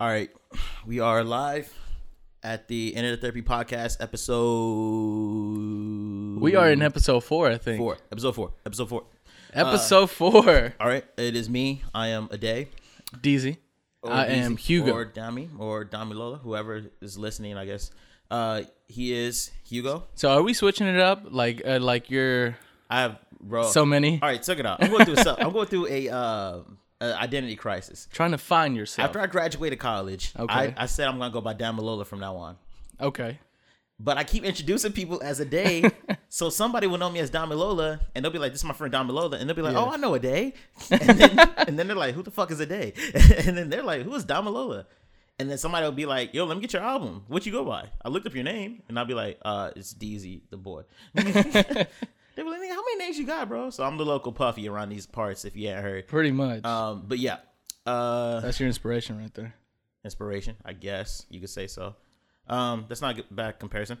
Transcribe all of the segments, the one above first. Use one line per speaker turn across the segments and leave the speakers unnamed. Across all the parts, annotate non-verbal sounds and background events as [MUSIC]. All right, we are live at the Internet Therapy Podcast episode.
We are in episode four, I think.
four. Uh, Episode four. Episode four.
Episode four.
All right, it is me. I am Aday.
DZ. I
Or
am
Oh, Deezy,
Hugo.
or Dami or Dami Lola, whoever is listening. I guess uh, he is Hugo.
so are we switching it up? Like, uh, like you're
I have bro.
so many
All right, check it out. I'm going through. some- I'm going through a uh, uh, identity crisis.
trying to find yourself.
After I graduated college,
Okay.
I, I said I'm gonna go by Damalola from now on.
okay.
But I keep introducing people as a day, so somebody will know me as Damilola, and they'll be like, "This is my friend Damilola," and they'll be like,
Yeah.
"Oh, I know a day," and then, and then they're like, "Who the fuck is a day?" [LAUGHS] and then they're like, "Who is Damilola?" And then somebody will be like, "Yo, let me get your album. What you go by?" I looked up your name, and I'll be like, "Uh, it's DZ the boy." [LAUGHS] they be like, "Nigga, "How many names you got, bro?" So I'm the local puffy around these parts. If you hadn't heard,
Pretty much.
um, but yeah, uh,
That's your inspiration right there.
inspiration, I guess you could say so. Um, that's not a good- bad comparison.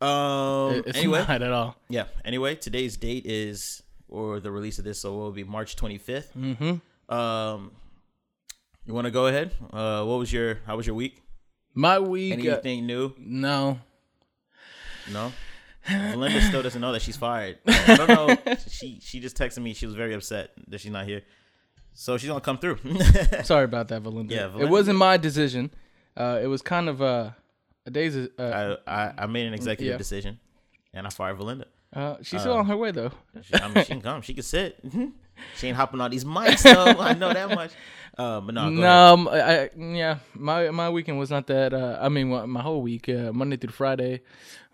Um,
It's
anyway,
not at all.
yeah. Anyway, today's date is or the release of this, so it will be March 25th. Mm-hmm. Um, you want to go ahead? Uh, what was your how was your week?
My week. uh,
Anything new?
no. [LAUGHS]
No. Melinda still doesn't know that she's fired. I don't
[LAUGHS]
know. She she just texted me. She was very upset that she's not here, so she's gonna come through. [LAUGHS]
Sorry about that, Valinda.
Yeah,
It
Valinda-
wasn't my decision. Uh, it was kind of uh, a day's. Uh,
I, I I made an executive
Yeah.
decision, and I fired Valinda.
uh, she's still on her way though.
She, I mean, she can come. She can sit. Mm-hmm. she ain't hopping on these mics though. I know that much. Uh, but no, go ahead.
No, um, I, I, yeah, my my weekend was not that. Uh, I mean, my my whole week, uh, Monday through Friday,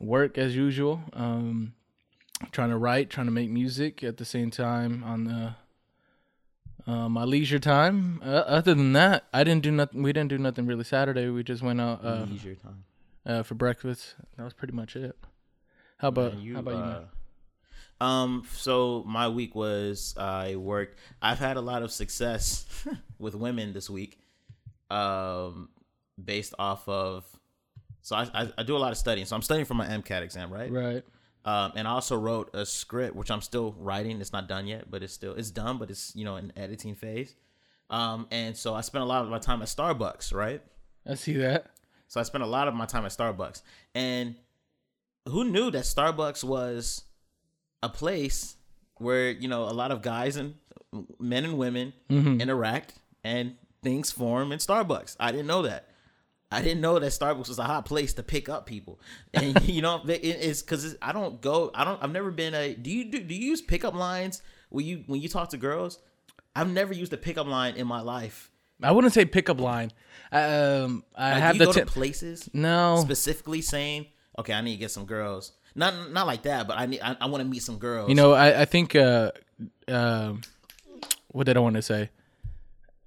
work as usual. Um, trying to write, trying to make music at the same time on the uh, my leisure time. Uh, other than that, I didn't do nothing. We didn't do nothing really. Saturday, we just went out uh,
Leisure time.
uh, for breakfast. That was pretty much it. How about
And
how about you? man?
uh, um. So my week was I worked. I've had a lot of success with women this week. Um, based off of. So I, I, I do a lot of studying. So I'm studying for my MCAT exam, right?
Right.
Um, and I also wrote a script, which I'm still writing. It's not done yet, but it's still it's done, but it's you know in editing phase. Um, and so I spent a lot of my time at Starbucks, right?
I see that.
So I spent a lot of my time at Starbucks, and who knew that Starbucks was a place where you know a lot of guys and men and women
Mm-hmm.
interact and things form in Starbucks. I didn't know that. I didn't know that Starbucks was a hot place to pick up people, and [LAUGHS] you know it- it's because I don't go. I don't. I've never been a. Do you do, do you use pickup lines when you when you talk to girls? I've never used a pickup line in my life.
I wouldn't say pickup line. Um, I
Like,
have
Uh, do you
the
go
tip.
to places.
no.
specifically saying, "Okay, I need to get some girls." Not not like that, but I need I, I want to meet some girls.
You know, I, I think uh, um what did I want to say?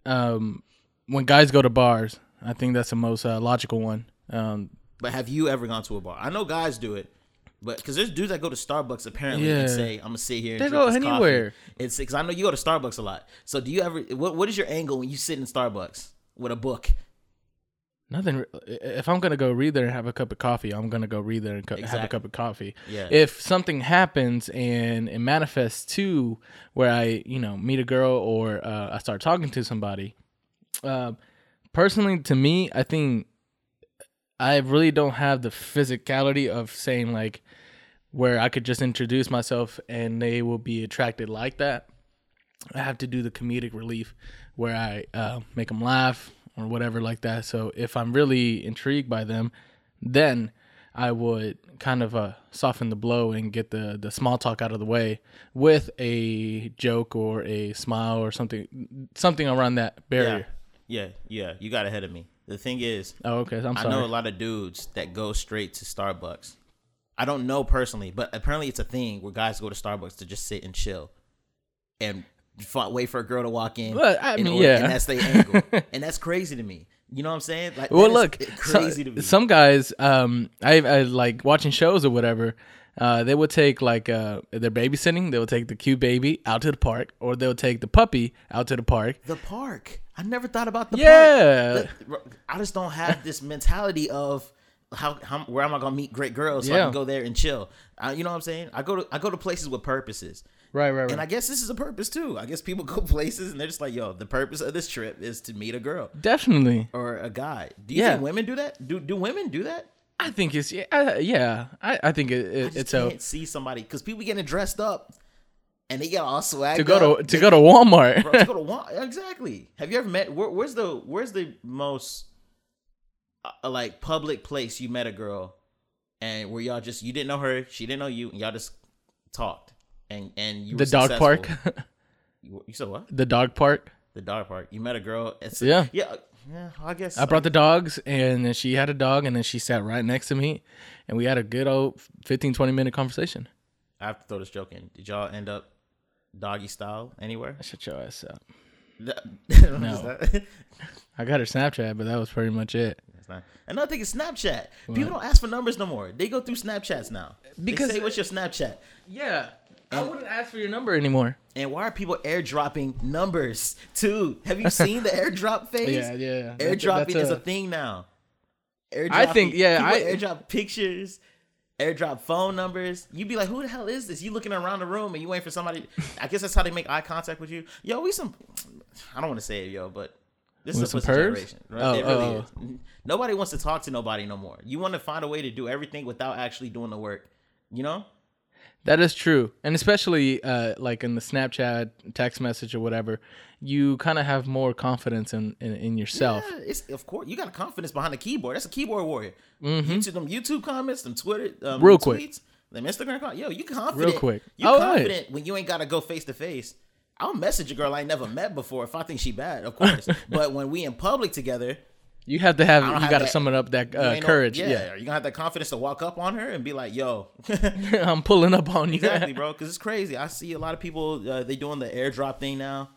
Um, when guys go to bars, I think that's the most uh, logical one. Um,
but have you ever gone to a bar? I know guys do it, but because there's dudes that go to Starbucks apparently
Yeah.
and say, "I'm gonna sit here." And
They
drink
go
this coffee."
anywhere.
It's because I know you go to Starbucks a lot. So do you ever? What what is your angle when you sit in Starbucks with a book?
nothing. re- If I'm gonna go read there and have a cup of coffee, I'm gonna go read there and co- have
Exactly.
a cup of coffee.
Yeah.
If something happens and it manifests to where I, you know, meet a girl or uh, I start talking to somebody, uh, personally, to me, I think I really don't have the physicality of saying like where I could just introduce myself and they will be attracted like that. I have to do the comedic relief where I uh, make them laugh or whatever like that. So if I'm really intrigued by them, then I would kind of uh, soften the blow and get the, the small talk out of the way with a joke or a smile or something something around that
Yeah,
barrier.
yeah, yeah. You got ahead of me. The thing is,
Oh, okay. I'm
I know a
sorry.
lot of dudes that go straight to Starbucks. I don't know personally, but apparently it's a thing where guys go to Starbucks to just sit and chill and f- wait for a girl to walk in.
Well, I
in
mean,
order-
yeah.
and that's their
[LAUGHS]
angle, and that's crazy to me. You know what I'm saying? Like,
Well,
that is
look, so-
crazy to me.
some guys, um, I, I like watching shows or whatever. Uh, they would take like uh, if they're babysitting. They would take the cute baby out to the park, or they'll take the puppy out to the park.
the park. I never thought about the
Yeah.
park. The- I just don't have this mentality of how, how where am I gonna meet great girls so I
Yeah.
can go there and chill. I, you know what I'm saying? I go to I go to places with purposes.
Right, right, right.
And I guess this is a purpose too. I guess people [LAUGHS] go places and they're just like, yo, the purpose of this trip is to meet a girl
Definitely.
or a guy. Do you
Yeah.
think women do that? Do do women do that?
I think it's yeah, I, yeah. I, I think it,
I
it,
just
it's
can't
a
see somebody because people getting dressed up and they get all swag
to go to to go to
[LAUGHS]
Walmart.
Bro, to go to Wa- exactly. Have you ever met? Where, where's the Where's the most uh, like public place you met a girl, and where y'all just you didn't know her, she didn't know you, and y'all just talked, and and you were
[LAUGHS] the dog
successful.
park. [LAUGHS]
You, you said what?
the dog park.
The dog park. You met a girl. It's,
Yeah.
yeah, uh, yeah. I guess
I brought the dogs, and then she had a dog, and then she sat right next to me, and we had a good old 15, 20 minute conversation.
I have to throw this joke in. Did y'all end up doggy style
[LAUGHS]
anywhere?
Shut your ass up.
[LAUGHS] no.
I got her Snapchat, but that was pretty much it.
[LAUGHS] It's not- Another thing is Snapchat. People don't ask for numbers no more. They go through Snapchats now. Because
Because-
they say, "What's your Snapchat?"
Yeah, I wouldn't ask for your number anymore.
And why are people airdropping numbers too? Have you seen
[LAUGHS]
the airdrop phase?
Yeah, yeah. That's a-
Airdropping
that's
is a
a-
thing now. Airdropping,
I think- yeah,
People
I-
airdrop pictures, airdrop phone numbers. You'd be like, "Who the hell is this?" You looking around the room and you waiting for somebody. I guess that's how they make eye contact with you. Yo, we some. I don't want to say it, yo, but this
With
is
some
a pussy
pervs?
generation. Right?
Oh,
it really
oh,
is. N- Nobody wants to talk to nobody no more. You want to find a way to do everything without actually doing the work. You know?
That is true, and especially uh, like in the Snapchat text message or whatever, you kind of have more confidence in in, in yourself.
Yeah, it's of course you got a confidence behind the keyboard. That's a keyboard warrior. YouTube, them YouTube comments, them Twitter, um,
Mm-hmm. Real
tweets,
quick.
them Instagram comments. Yo, you confident?
Real quick.
You
Oh, right.
confident when you ain't gotta go face to face. I'll message a girl I ain't never met before if I think she bad, of
[LAUGHS]
course. but when we in public together,
You have to have
don't
you
have
got to
that-
summon up that
you
uh,
ain't no-
courage.
yeah,
yeah,
you gonna have that confidence to walk up on her and be like, "Yo, [LAUGHS]
[LAUGHS] I'm pulling up on you. [LAUGHS]
exactly, bro. Because it's crazy. I see a lot of people. Uh, they doing the airdrop thing now.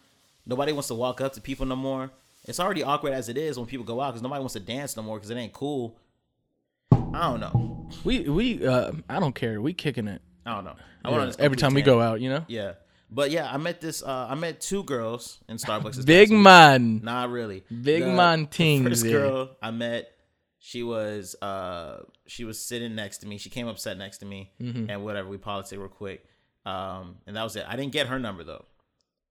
Nobody wants to walk up to people no more. It's already awkward as it is when people go out because nobody wants to dance no more because it ain't cool. I don't know.
We we uh, I don't care. We kicking it
I don't know. I went on this
every time we
complete
go out. You know,
tangent. Yeah, but yeah, I met this. Uh, I met two girls in Starbucks. this
big
past week.
man.
Nah, really.
Big man ting
First
there.
girl I met, she was uh she was sitting next to me. She came up sat next to me
Mm-hmm.
and whatever, we politic real quick. Um and that was it. I didn't get her number though.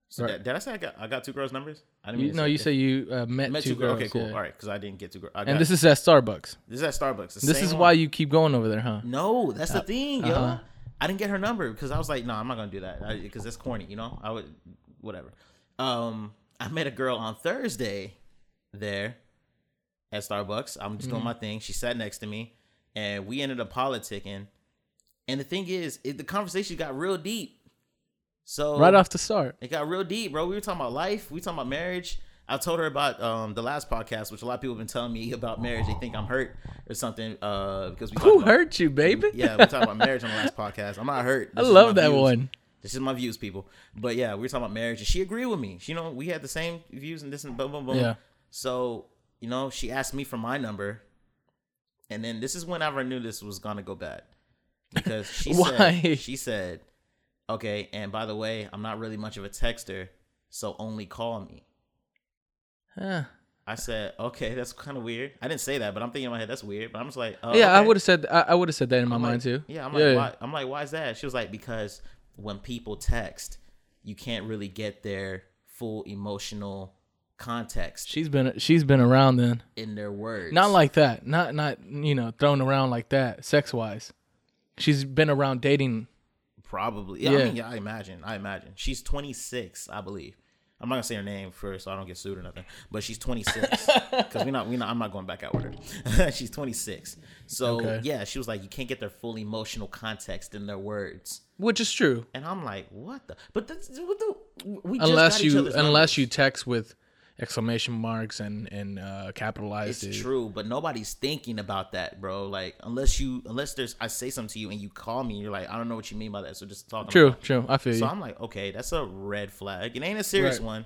So
Right.
did, did I say I got I got two girls' numbers? I didn't
You,
mean to
no,
say-
you say you uh, met,
I met
two, girls.
Okay, cool.
yeah.
All right, because I didn't get two girls. I got,
And this is at Starbucks.
this is at Starbucks. the
This
same
is
one.
why you keep going over there, huh?
No, that's the thing, yo.
uh-huh.
I didn't get her number because I was like, no, I'm not gonna do that because that's corny, you know. I would, whatever. Um, I met a girl on Thursday there at Starbucks. I'm just
Mm-hmm.
doing my thing. She sat next to me, and we ended up politicking. And the thing is, it, the conversation got real deep. So
Right off the start.
it got real deep, bro. We were talking about life. We were talking about marriage. I told her about um, the last podcast, which a lot of people have been telling me [LAUGHS] about marriage. They think I'm hurt or something uh, because we talked
Who
about-
hurt you, baby?
yeah, we talked about marriage on the last podcast. I'm not hurt.
I
This is
love
my
that
views.
one.
This is my views, people. But yeah, we were talking about marriage, and she agreed with me. She, you know, we had the same views and this and boom, boom, boom.
Yeah.
So you know, she asked me for my number, and then this is whenever I knew this was gonna go bad because
[LAUGHS]
she
Why?
said she said, "Okay, and by the way, I'm not really much of a texter, so only call me."
Huh.
I said, "Okay, that's kind of weird." I didn't say that, but I'm thinking in my head that's weird. But I'm just like, oh,
yeah, I
okay.
would have said I, I would have said that in my
I'm
mind
like-
too.
Yeah, I'm like, Why? I'm like, why is that? She was like, because when people text, you can't really get their full emotional context
She's been she's been around then.
in their words.
Not like that. Not not you know thrown around like that. Sex wise, she's been around dating.
probably. Yeah, I
Yeah.
mean, yeah, I imagine. I imagine she's 26, I believe. I'm not gonna say her name first, so I don't get sued or nothing. But she's
[LAUGHS]
26 because we're not. We are not. I'm not going back out with her. [LAUGHS] she's 26. So
Okay.
yeah, she was like, you can't get their full emotional context in their words.
Which is true,
And I'm like, what the? But that's what the. We just
unless
got each
you
other's
unless
numbers.
you text with exclamation marks and and uh, capitalized.
It's
it.
true, but nobody's thinking about that, bro. Like unless you unless there's I say something to you and you call me, you're like, I don't know what you mean by that. So just talk
True,
about
true. I feel
it.
you.
So I'm like, okay, that's a red flag. It ain't a serious
Right.
one,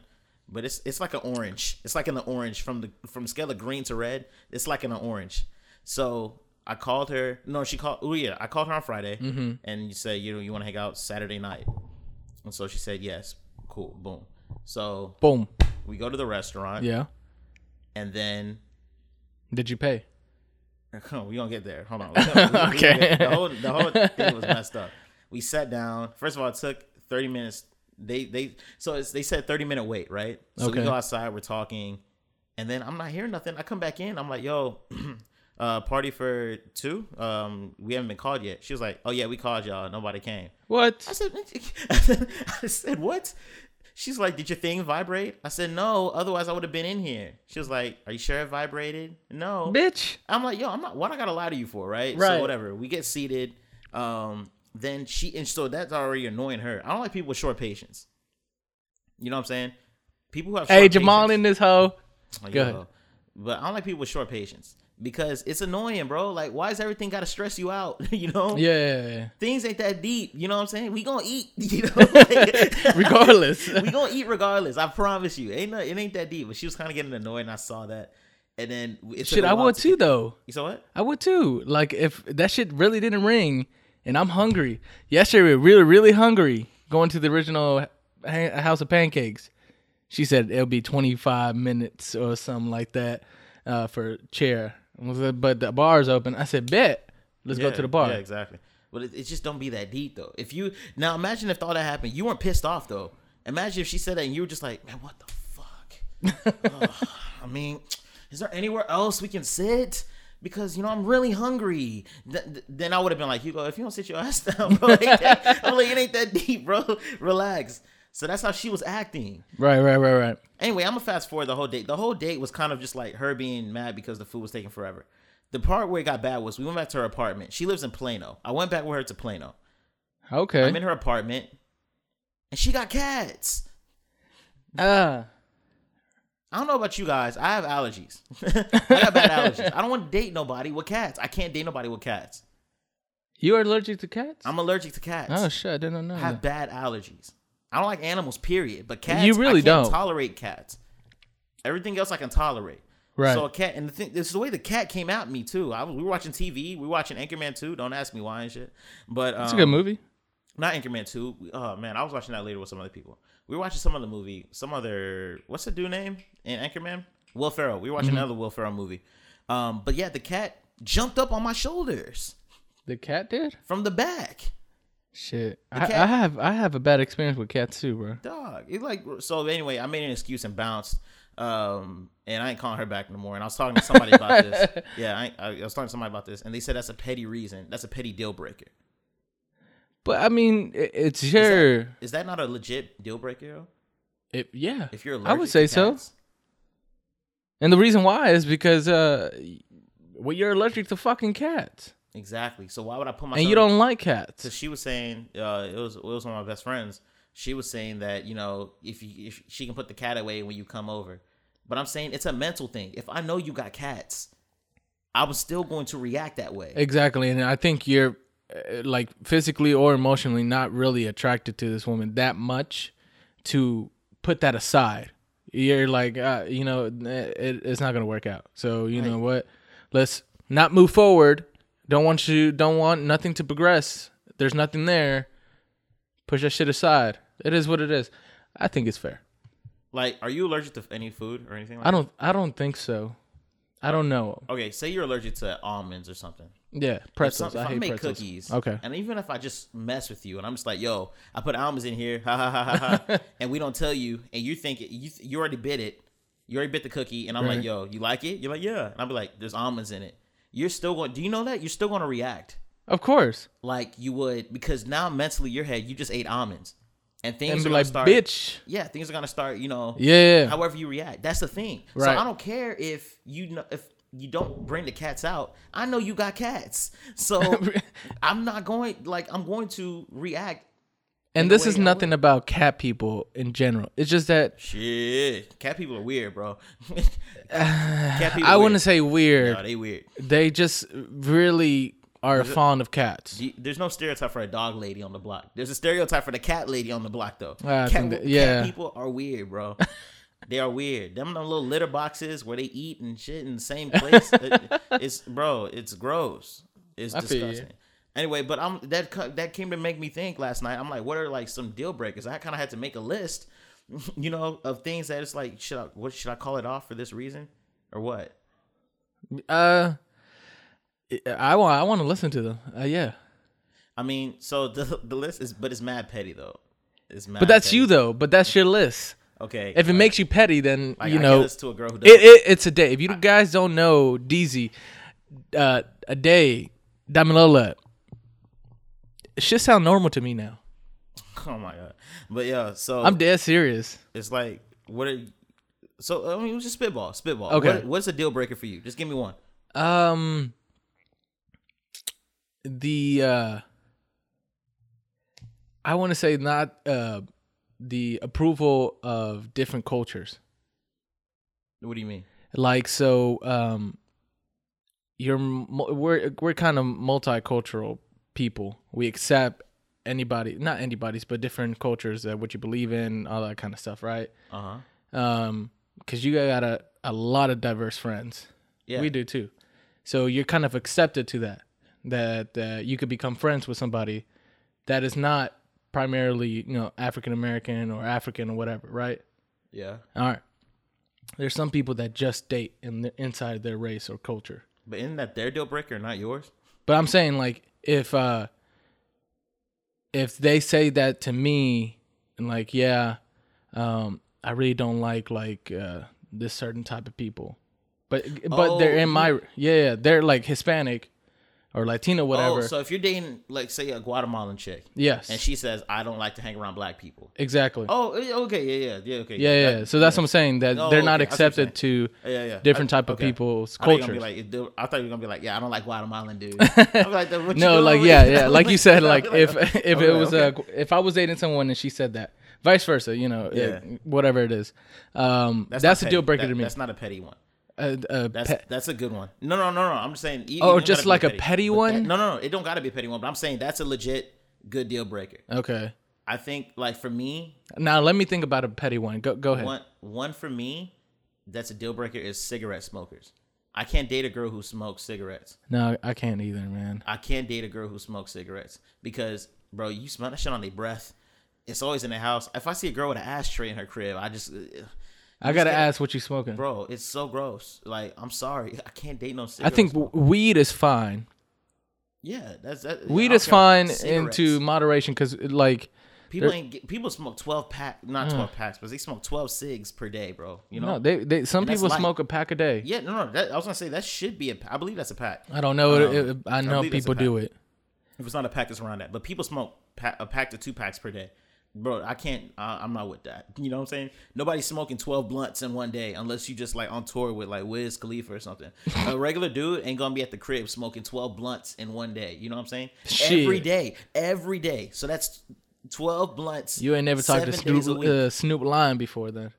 but it's it's like an orange. It's like in the orange from the from scale of green to red, it's like in an orange. So I called her. No, she called. Oh yeah, I called her on Friday,
Mm-hmm.
and you said you know you want to hang out Saturday night, and so she said yes. Cool, boom. So
Boom.
we go to the restaurant,
Yeah.
and then
Did you pay?
[LAUGHS] we gonna get
[LAUGHS]
there. Hold on. We gonna- we gonna
Okay. [LAUGHS]
get- the whole the whole thing was messed up. We sat down. First of all, it took thirty minutes. They they so it's, they said thirty minute wait, right? So
Okay.
we go outside, we're talking, and then I'm not hearing nothing. I come back in, I'm like, yo, [CLEARS THROAT] uh, party for two. Um, we haven't been called yet. She was like, oh yeah, we called y'all, nobody came. I
What?
said, [LAUGHS] I said, what? She's like, did your thing vibrate? I said, no. Otherwise, I would have been in here. She was like, are you sure it vibrated? No.
Bitch.
I'm like, yo, I'm not. What I gotta lie to you for, right?
Right.
So whatever. We get seated. Um, then she and so that's already annoying her. I don't like people with short patience. You know what I'm saying? People who have short
Hey, Jamal in
patience- [LAUGHS]
this hoe.
Oh,
go
yo.
ahead.
But I don't like people with short patience because it's annoying, bro. Like, why is everything gotta stress you out? [LAUGHS] you know?
Yeah, yeah, yeah.
Things ain't that deep. You know what I'm saying? We gonna eat. [LAUGHS] You
[LAUGHS]
know. Like- [LAUGHS]
Regardless.
we gonna eat regardless. I promise you. Ain't no, it ain't that deep. But she was kind of getting annoyed, and I saw that. And then it took
Shit,
a
I
while
would
to
too
get-
though.
You saw what?
I would too. Like if that shit really didn't ring, and I'm hungry. Yesterday we were really, really hungry. Going to the original ha- House of Pancakes. She said it'll be 25 minutes or something like that uh, for chair. I was like, But the bar's open. I said, bet. Let's go to the bar.
Yeah, exactly. But it, it just don't be that deep though. If you now imagine if all that happened, you weren't pissed off though. Imagine if she said that and you were just like, man, what the
[LAUGHS]
fuck? Ugh, I mean, is there anywhere else we can sit? Because you know I'm really hungry. Th- th- then I would have been like, Hugo, if you don't sit your ass down, bro, like that, [LAUGHS] I'm like, it ain't that deep, bro. Relax. So that's how she was acting.
Right, right, right, right.
Anyway, I'm gonna fast forward the whole date. The whole date was kind of just like her being mad because the food was taking forever. The part where it got bad was we went back to her apartment. She lives in Plano. I went back with her to Plano.
Okay.
I'm in her apartment, and she got cats.
Ah.
I don't know about you guys. I have allergies. [LAUGHS] I got bad allergies. I don't want to date nobody with cats. I can't date nobody with cats.
you are allergic to cats?
I'm allergic to cats.
oh shit, I didn't know.
I have bad
that.
allergies. I don't like animals, period. But cats,
You
I
really
can't
don't.
tolerate cats. Everything else I can tolerate.
Right.
So a cat, and the thing, this is the way the cat came at me too. I, was- we were watching TV, we were watching Anchorman two. Don't ask me why and shit. But um,
It's a good movie.
Not Anchorman two. We- Oh man, I was watching that later with some other people. We were watching some other movie, some other what's the dude name in Anchorman? Will Ferrell. We were
Mm-hmm.
watching another Will Ferrell movie. Um, but yeah, the cat jumped up on my shoulders
The cat did?
from the back.
Shit.
The
I,
cat-
I have I have a bad experience with cats too, bro.
dog. It like so. Anyway, I made an excuse and bounced. Um, and I ain't calling her back no more. And I was talking to somebody about
[LAUGHS]
this. Yeah, I, ain't- I, I was talking to somebody about this, and they said that's a petty reason. That's a petty deal breaker.
But I mean, it, it's your
Is that not a legit deal breaker?
It, yeah,
If you're, allergic
I would say
to
so.
cats?
And the reason why is because uh, well, you're allergic to fucking cats,
Exactly. So why would I put myself?
and you don't like cats.
Because she was saying, uh, it was it was one of my best friends. She was saying that you know if you if she can put the cat away when you come over, but I'm saying it's a mental thing. If I know you got cats, I was still going to react that way.
Exactly, and I think you're uh, like physically or emotionally not really attracted to this woman that much to put that aside. You're like, uh, you know, it, it's not gonna work out. So you know what? Let's not move forward. Don't want you. Don't want nothing to progress. There's nothing there. Push that shit aside. It is what it is. I think it's fair.
Like, are you allergic to any food or anything? Like
I don't. I don't think so. I don't know.
That? Okay, say you're allergic to almonds or something.
Yeah,
If, some,
pretzels.
if
I
I,
hate
make
pretzels.
cookies,
Okay.
and even if I just mess with you, and I'm just like, "Yo, I put almonds in here," [LAUGHS] ha ha ha ha,
[LAUGHS]
ha and we don't tell you, and you think it, you you already bit it, you already bit the cookie, and I'm
Right.
like, "Yo, you like it?" You're like, "Yeah," and I'll be like, "There's almonds in it." You're still going. Do you know that you're still going to react
Of course.
like you would because now mentally your head you just ate almonds, and things
And
are
be
gonna
like,
start.
bitch.
Yeah, things are gonna start. You know,
Yeah.
however you react. That's the thing.
Right.
So I don't care if you know if you don't bring the cats out. I know you got cats,
[LAUGHS]
so I'm not going like I'm going to react. in
and
a
this
way
is
I
nothing
would.
about cat people in general. It's just that
Shit, cat people are weird, bro. [LAUGHS] cat people.
I
weird.
wouldn't say weird.
No, they weird.
they just really are fond of cats.
Do you- There's no stereotype for a dog lady on the block. There's a stereotype for the cat lady on the block, though.
I
cat,
think that- yeah.
cat people are weird,
[LAUGHS]
bro. they are weird. Them, them little litter boxes where they eat and shit in the same place.
[LAUGHS]
it- it's bro, it's gross. It's
I feel you.
disgusting. Anyway, but I'm that co- that came to make me think last night. I'm like, what are like some deal breakers? I kind of had to make a list, [LAUGHS] you know, of things that it's like, should I what should I call it off for this reason or what?
Uh, I want. I want to listen to them. Uh, yeah.
[LAUGHS] I mean, so the the list is, but it's mad petty though. It's mad
But that's
petty.
you though. But that's your list.
Okay.
If it
like-
makes you petty, then
like, I
you
give
know
this to a girl who does
it, it it's a day. If you guys don't know DZ, uh, a day, Damilola, it should sound normal to me now.
[LAUGHS] Oh my god. But yeah, so
I'm dead serious.
it's like what are so I mean just spitball, spitball.
Okay.
What, what's a deal breaker for you? Just give me one.
Um, the uh, I want to say not uh the approval of different cultures.
What do you mean?
like so um you're mu- we're we're kind of multicultural people we accept anybody not anybody's but different cultures uh, what you believe in all that kind of stuff right
Uh huh.
um because you got a, a lot of diverse friends
Yeah.
we do too so you're kind of accepted to that that uh, you could become friends with somebody that is not primarily you know african american or african or whatever right
Yeah.
all right. There's some people that just date in the, inside their race or culture.
But isn't that their deal breaker, not yours?
But I'm saying like if uh if they say that to me and like yeah, um I really don't like like uh this certain type of people. But but they're
Oh,
in my yeah, yeah, they're like Hispanic or Latino whatever.
Oh, so if you're dating like say a Guatemalan chick
yes.
and she says, I don't like to hang around black people.
exactly.
Oh eh, okay, yeah, yeah, yeah, okay.
yeah, yeah.
that-
so that's what I'm saying that
Oh,
they're not
okay, I see what you're
accepted to
yeah, yeah.
different
I-
type of
okay.
people's
I thought you were
cultures.
gonna be like, it do- I thought you were gonna be like, yeah, I don't like Guatemalan
[LAUGHS]
dudes. I'm like, "Then what you
no,
doing
like
with
yeah,
it?"
yeah, like
[LAUGHS]
you said, like if
okay.
if
Okay,
it was
okay.
uh if I was dating someone and she said that, vice versa, you know,
Yeah.
uh, whatever it is, um, that's,
not
a
petty.
deal breaker
That-
to me.
That's not a petty one.
Uh, uh,
That's
pe-
that's a good one. No, no, no, no. I'm just saying. e-
Oh,
even
just
gotta be
like a petty
But
one?
that- no, no, no. It don't gotta be a petty one. But I'm saying that's a legit good deal breaker.
okay.
I think like for me,
Now let me think about a petty one. Go go ahead.
one one for me, that's a deal breaker is cigarette smokers. I can't date a girl who smokes cigarettes.
No, I can't either, man.
I can't date a girl who smokes cigarettes because, bro, you smell that shit on their breath. It's always in the house. If I see a girl with an ashtray in her crib, I just, ugh,
I gotta ask what you smoking.
bro, it's so gross. Like, I'm sorry, I can't date no
I
cigarettes.
think w- weed is fine.
yeah, that's that.
Weed
I
is
don't care.
fine
Cigarettes.
into moderation because like
people ain't get, people smoke twelve pack, not twelve packs, but they smoke twelve cigs per day, bro. You know,
no, they, they some
And that's
people
light.
smoke a pack a day.
yeah, no, no. That, I was gonna say that should be a. I believe that's a pack.
I don't know.
Um,
it, it, I know
believe that's a
people do it.
If it's not a pack, it's around that. But people smoke pa- a pack to two packs per day. Bro, I can't. I I'm not with that. You know what I'm saying? Nobody's smoking 12 blunts in one day unless you just like on tour with like Wiz Khalifa or something.
[LAUGHS]
a regular dude ain't gonna be at the crib smoking 12 blunts in one day. You know what I'm saying? Every
Shit.
day, every day. So that's 12 blunts.
You ain't never talked to
seven days a
Snoop
week.
uh, Snoop Lion before then.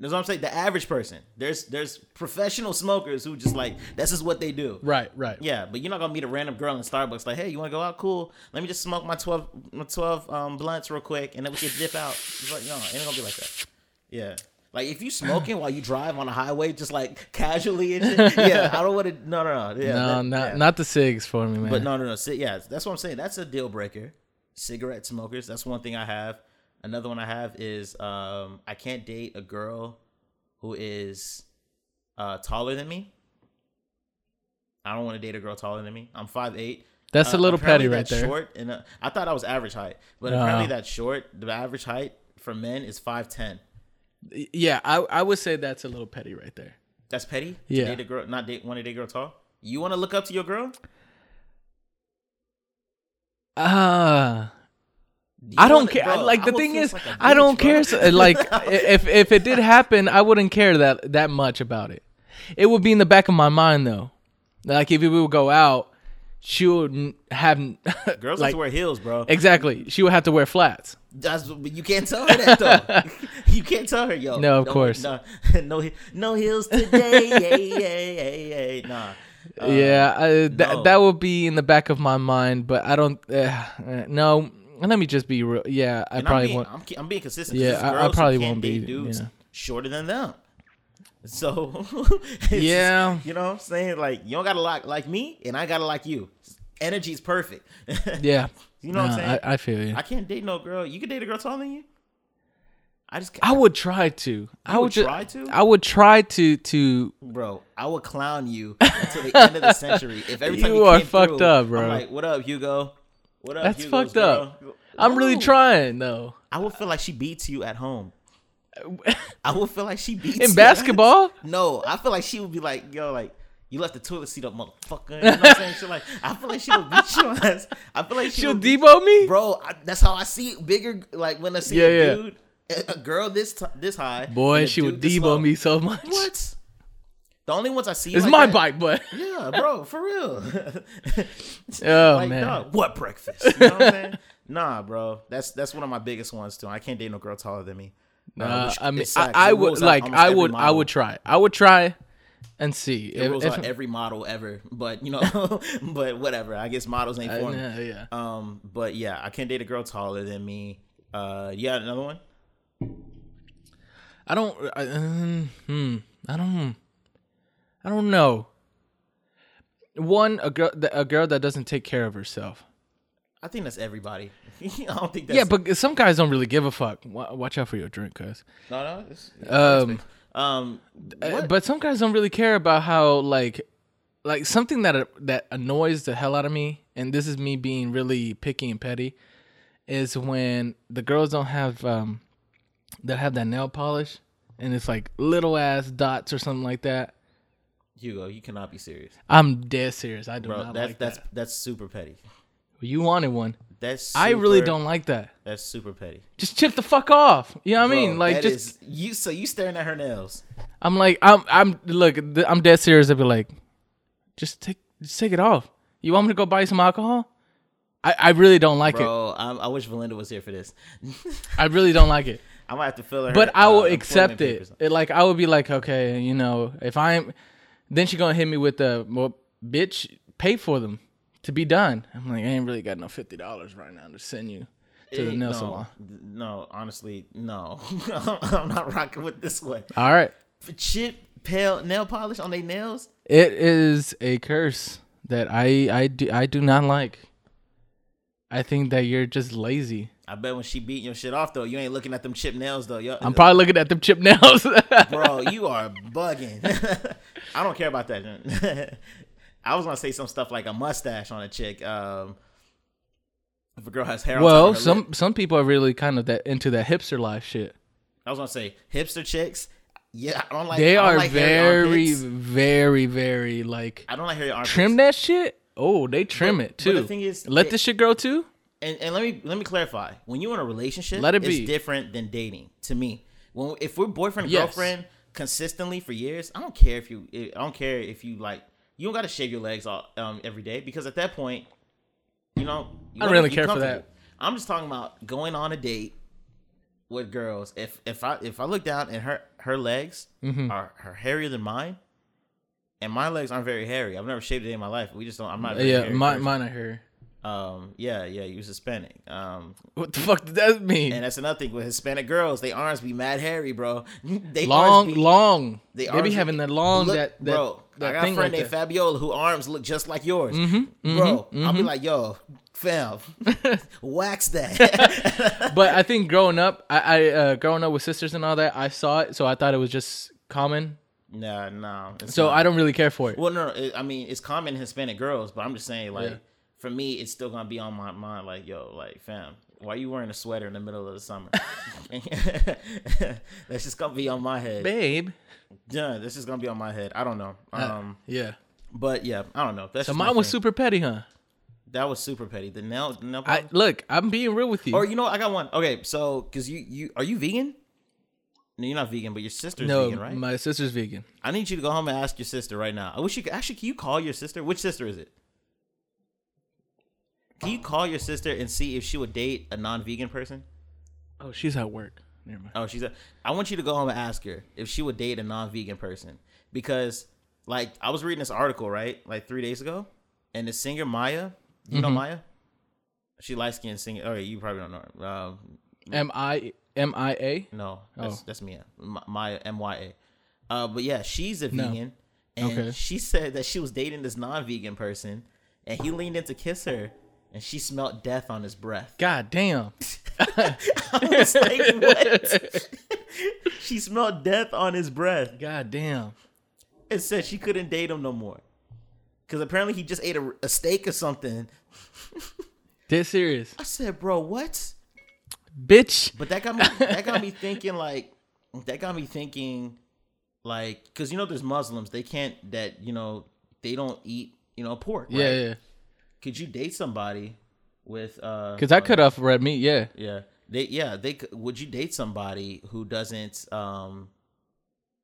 That's what I'm saying. The average person. There's there's professional smokers who just like this is what they do.
Right, right.
Yeah, but you're not gonna meet a random girl in Starbucks like, hey, you wanna go out? Cool. Let me just smoke my twelve my twelve um, blunts real quick, and then we can dip out. It's like, no, it ain't gonna be like that. Yeah. Like if you smoking while you drive on the highway, just like casually and shit.
[LAUGHS]
Yeah, I don't want to. No, no, no. Yeah,
No,
that-
not
yeah.
not the cigs for me, man.
But no, no, no. Ci- yeah, that's what I'm saying. That's a deal breaker. Cigarette smokers. That's one thing I have. Another one I have is um, I can't date a girl who is uh, taller than me. I don't want to date a girl taller than me. I'm five eight. Uh,
That's a little petty right there. Uh-huh.
Short and uh, I thought I was average height, but
Nah.
apparently that's short. The average height for men is five ten.
yeah, I I would say that's a little petty right there.
That's petty. to
Yeah.
date a girl, not date want to date a girl tall. You want to look up to your girl?
Ah.
You
I don't
wanna-
care.
bro,
like the
would
thing
feel
is,
like a
I don't
bitch, bro.
care. So, uh,
[LAUGHS]
like i- if if it did happen, I wouldn't care that that much about it. It would be in the back of my mind though. Like if we would go out, she would n- have n- [LAUGHS]
Girls like
like
to wear heels, bro.
exactly. She would have to wear flats.
That's but you can't tell her that
[LAUGHS]
though. [LAUGHS] you can't tell her, yo.
No, of
don't-
course.
No, [LAUGHS] no, he- no heels today. yeah, yeah, yeah, yeah. Nah. Uh,
yeah, I, that
no.
that would be in the back of my mind, but I don't. Uh, uh, no, let me just be real. Yeah, I
And I'm
probably
being,
won't.
I'm, ke- I'm being consistent. 'cause
Yeah,
there's
I- I
girls who
probably
can't
won't be,
date Dudes
yeah.
shorter than them. So [LAUGHS] it's just-
Yeah.
you know what I'm saying? Like you don't gotta like like me, and I gotta like you. Energy's perfect. [LAUGHS]
Yeah,
You know what I'm
Nah,
saying?
I, I feel you.
I can't date no girl. You can date a girl taller than you. I just
I would try to. I
would
would ju-
try to?
I would try to to.
Bro, I will clown
[LAUGHS]
you until the end of the century. If every time you,
You are
came
fucked
through,
up, bro.
I'm like, what up, Hugo? What up?
That's
Hugo's
fucked up.
girl?"
I'm really trying though.
I would feel like she beats you at
[LAUGHS]
home. I would feel like she beats you
In
at-
basketball,
[LAUGHS] No, I feel like she would be like, yo, like you left the toilet seat up, motherfucker. You know what I'm saying? She like, I feel like she would beat your ass. I feel like she
she'll
would beat-
debo me.
bro. I, that's how I see it. bigger. Like when I see
Yeah, yeah.
a dude, a, a girl this t- this high,
Boy,
and a
she would
dude this low.
debo me so much.
What? The only ones I see
It's
like
my
that-
bike, but
Yeah, bro, for real. [LAUGHS]
oh
like,
man,
dog, what breakfast? You know what I'm
[LAUGHS]
saying? Nah, bro, that's that's one of my biggest ones too. I can't date no girl taller than me. Uh,
Uh,
which-
I mean,
it
I,
sucks.
I
It
would
rules out
like,
almost
I
every
would, I
model.
would try, I would try, and see.
It rules
If-
out
if-
every model ever, but you know, [LAUGHS] but whatever. I guess models ain't
I-
for me.
yeah, yeah.
Um, but yeah, I can't date a girl taller than me. Uh, you got another one?
I don't. I, um, hmm. I don't. I don't know. One, a girl, a girl that doesn't take care of herself.
I think that's everybody. [LAUGHS] I don't think that's
Yeah, but some guys don't really give a fuck. Wa- Watch out for your drink, guys.
no, no. It's,
Um,
um,
uh,
what?
but some guys don't really care about how like, like something that uh, that annoys the hell out of me, and this is me being really picky and petty, is when the girls don't have um, that have that nail polish, and it's like little ass dots or something like that.
Hugo, you cannot be serious,
I'm dead serious. I do
bro.
not
That's
like
that's
that.
that's super petty.
You wanted one.
That's
I really
super-
don't like that.
That's super petty.
Just chip the fuck off. You know what I mean?
Bro,
Like
that
just
is- you. So you staring at her nails?
I'm like I'm I'm look th- I'm dead serious. I'd be like, just take just take it off. You want me to go buy some alcohol? I, I really don't like it.
Bro, I'm, I wish Valinda was here for this. [LAUGHS]
I really don't like it.
I might have to fill her.
But I
uh,
will
employment
accept it.
papers.
it. Like I would be like, okay, you know, if I'm, then she gonna hit me with the well, bitch, pay for them to be done. I'm like, I ain't really got no fifty dollars right now to send you to the
Eh,
nail
no,
salon.
th- No, honestly, no. [LAUGHS] I'm not rocking with this one.
All right.
Chip pale nail polish on their nails.
It is a curse that I I do I do not like. I think that you're just lazy.
I bet when she beating your shit off though, you ain't looking at them chip nails though. Yo, [LAUGHS]
I'm probably looking at them chip [LAUGHS] nails.
bro, you are bugging. [LAUGHS] I don't care about that. [LAUGHS] I was gonna say some stuff like a mustache on a chick. Um, if a girl has hair, on top of
well,
her lip.
some some people are really kind of that into that hipster life shit.
I was gonna say hipster chicks. Yeah, I don't like.
They
I don't
are
like hairy
very,
armpits.
very, very like
I don't like hairy armpits.
trim that shit. Oh, they trim it
but
too.
the thing is,
let
it-
this shit grow too.
and, and let me let me clarify. When you're in a relationship,
Let it
it's
be.
different than dating to me. When if we're boyfriend and
Yes.
girlfriend consistently for years, I don't care if you I don't care if you like you don't got to shave your legs all, um, every day because at that point, you know, you
I don't
wanna
really
be
care for
comfortable.
that.
I'm just talking about going on a date with girls. If if I if I look down and her her legs
Mm-hmm.
are are hairier than mine. And my legs aren't very hairy. I've never shaved a day in my life. We just don't. I'm not. a very
yeah,
hairy
mine,
person.
mine are here.
Um. Yeah. Yeah. You was Hispanic. Um.
What the fuck does that mean?
And that's another thing with Hispanic girls, they arms be mad hairy, bro. [LAUGHS] They
long,
arms be,
long. They, be
arms
having that long
look,
that that,
bro.
that
I got
thing Mm-hmm,
a friend
like
named
that.
Fabiola who arms look just like yours, bro. I'll be like, yo,
[LAUGHS]
fam, wax that.
but I think growing up, I, I uh, growing up with sisters and all that, I saw it, so I thought it was just common.
nah, nah. it's
So
not.
I don't really care for it.
Well, no, no, it- I mean it's common in Hispanic girls, but I'm just saying, like, for me, it's still gonna be on my mind, like, yo, like, fam, why you wearing a sweater in the middle of the
[LAUGHS]
summer? [LAUGHS] that's just gonna be on my head.
Babe.
Yeah, this is gonna be on my head. I don't know. Um,
Yeah.
But yeah, I don't know. That's
Uh, So
just my
mine was
thing.
super petty, huh?
that was super petty. The nail, the nail
I
polish-
look, I'm being real with you.
or you know, what? I got one. Okay, so because you you are you vegan? No, you're not vegan, but your sister's
no,
vegan, right?
my sister's vegan.
I need you to go home and ask your sister right now. I wish you could actually. Can you call your sister? Which sister is it? Can you call your sister and see if she would date a non-vegan person?
Oh, she's at work. Never mind.
Oh, she's a. I want you to go home and ask her if she would date a non-vegan person because, like, I was reading this article right, like three days ago, and the singer Maya, you
Mm-hmm.
know Maya, she light skinned singer. Okay, you probably don't know her. Um,
M Mm-hmm. I M I A.
no, that's
Oh.
that's Mia, M- Maya M Y A. Uh, but yeah, she's a
No.
vegan, and
Okay.
she said that she was dating this non-vegan person, and he leaned in to kiss her, and she smelled death on his breath. [LAUGHS]
God damn.
I was like, what? [LAUGHS] she smelled death on his breath.
God damn.
and said she couldn't date him no more because apparently he just ate a, a steak or something
Dead serious.
I said, bro, what?
Bitch.
But that got me. that got me thinking. Like that got me thinking. Like, cause you know, there's Muslims. They can't. That you know, they don't eat. You know, pork. Right?
Yeah, yeah.
Could you date somebody with? uh
Because I cut off red meat, yeah.
Yeah. They. Yeah. They. c- Would you date somebody who doesn't? Um,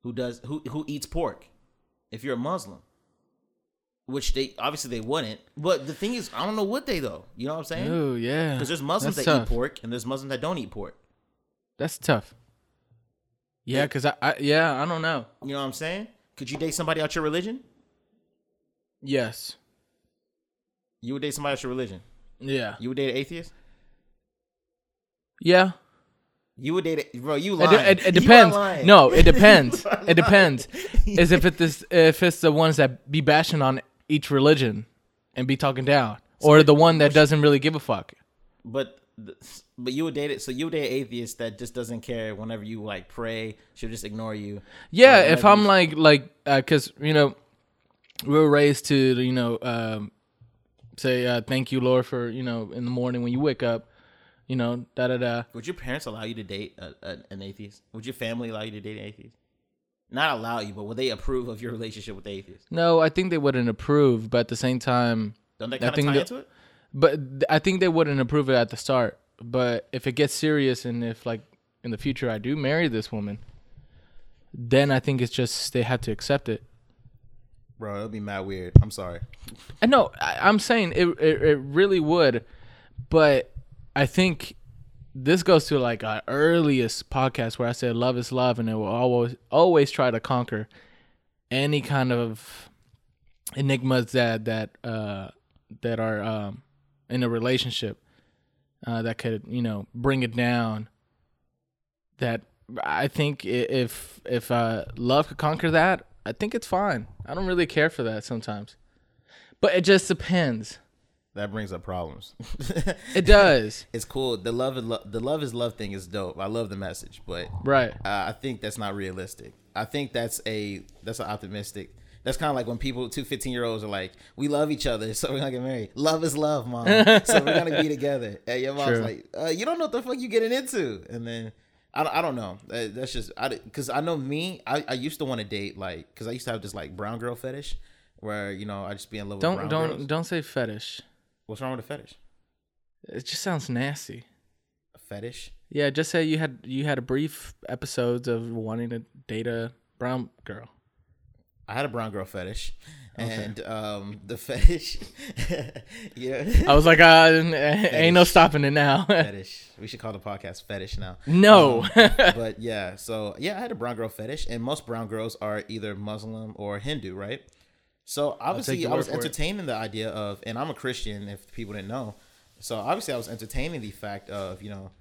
who does? Who who eats pork? If you're a Muslim. Which they obviously they wouldn't, but the thing is, I don't know would they though. You know what I'm saying?
Ooh, yeah.
Because there's Muslims
That's
that
tough.
eat pork and there's Muslims that don't eat pork.
That's tough. Yeah,
Yeah.
because I, I, yeah, I don't know.
You know what I'm saying? Could you date somebody out your religion?
Yes.
You would date somebody out your religion.
Yeah.
You would date an atheist.
Yeah.
You would date a, bro. You
It,
lying.
de- it,
[LAUGHS]
it
You are
depends.
lying.
No, it depends.
[LAUGHS] You are [LAUGHS]
it depends.
lying.
Is if it's this, if it's the ones that be bashing on each religion and be talking down, or the one that doesn't really give a fuck.
But th- but you would date it. So you would date an atheist that just doesn't care. Whenever you like pray, she'll just ignore you.
Yeah,
Like,
if
whenever
I'm like like because you know we were raised to you know um, say uh, thank you Lord for you know in the morning when you wake up, you know da da da.
you- would your parents allow you to date a, a, an atheist? Would your family allow you to date an atheist? Not allow you, but would they approve of your relationship with the atheist?
No, I think they wouldn't approve, but at the same time,
Don't that
I
kind of
think
tie
the-
into it?
but th- I think they wouldn't approve it at the start. But if it gets serious and if like in the future I do marry this woman, then I think it's just they have to accept it.
Bro, it'd be mad weird. I'm sorry.
I know. Uh, I, I'm saying it, it. It really would, but I think this goes to like our earliest podcast where I said love is love, and it will always always try to conquer any kind of enigmas that that uh, that are um, in a relationship uh, that could you know bring it down. That I think i- if if uh, love could conquer that, I think it's fine. I don't really care for that sometimes. But it just depends.
That brings up problems. [LAUGHS]
It does.
it's cool. The love, is lo- the love is love thing is dope. I love the message, but
right.
uh, I think that's not realistic. I think that's a that's an optimistic. That's kind of like when people, two 15 year olds, are like, "We love each other, [LAUGHS] so we're gonna get married. Love is love, mom. so we're gonna
[LAUGHS]
be together." And your mom's
True.
like, uh, "You don't know what the fuck you getting into." And then I, don't- I don't know. Uh, That's just I because I know me. I, I used to want to date like because I used to have this like brown girl fetish where you know I just be in love
Don't
with brown
don't
girls.
don't say fetish.
What's wrong with a fetish?
It just sounds nasty.
A fetish?
Yeah, just say you had you had a brief episodes of wanting to date a brown girl.
I had a brown girl fetish, and um, the [LAUGHS] fetish, yeah,
I was like, uh, n- ain't no stopping it now.
fetish. We should call the podcast fetish now.
[LAUGHS]
Um,
no.
but yeah, so yeah, I had a brown girl fetish, and most brown girls are either Muslim or Hindu, right? So obviously,
your
I was
word for it.
entertaining the idea of, and I'm a Christian, if people didn't know. So obviously, I was entertaining the fact of, you know,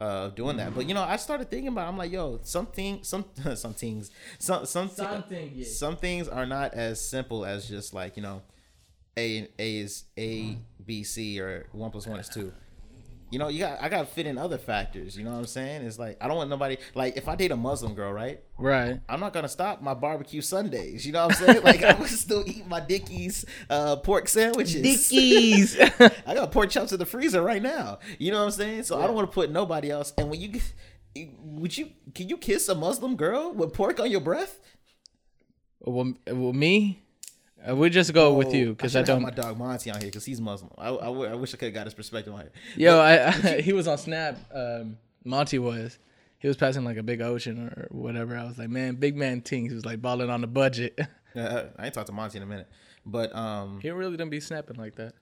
uh, of doing that. But you know, I started thinking about, it. I'm like, yo, something, some, [LAUGHS] some things, some, some,
Something, yeah.
some things are not as simple as just like you know, a a is a b c or one plus one is two. You know, you got I got to fit in other factors. You know what I'm saying? It's like I don't want nobody like if I date a Muslim girl, right?
right.
I'm not gonna stop my barbecue Sundays. You know what I'm saying? [LAUGHS] Like I would still eat my Dickies uh, pork sandwiches.
Dickies.
[LAUGHS] I got pork chops in the freezer right now. You know what I'm saying? So I don't want to put nobody else. And when you g- would you can you kiss a Muslim girl with pork on your breath?
[LAUGHS] well, well, me. Uh, we just go with you because I,
should have
don't.
My dog Monty on here because he's Muslim. I, I w- I wish I could have got his perspective on here.
Yo, I, I [LAUGHS] he was on Snap. Um, Monty was. He was passing like a big ocean or whatever. I was like, man, big man ting. He was like balling on the budget. [LAUGHS]
Uh, I ain't talked to Monty in a minute, but um,
he really didn't be snapping like that.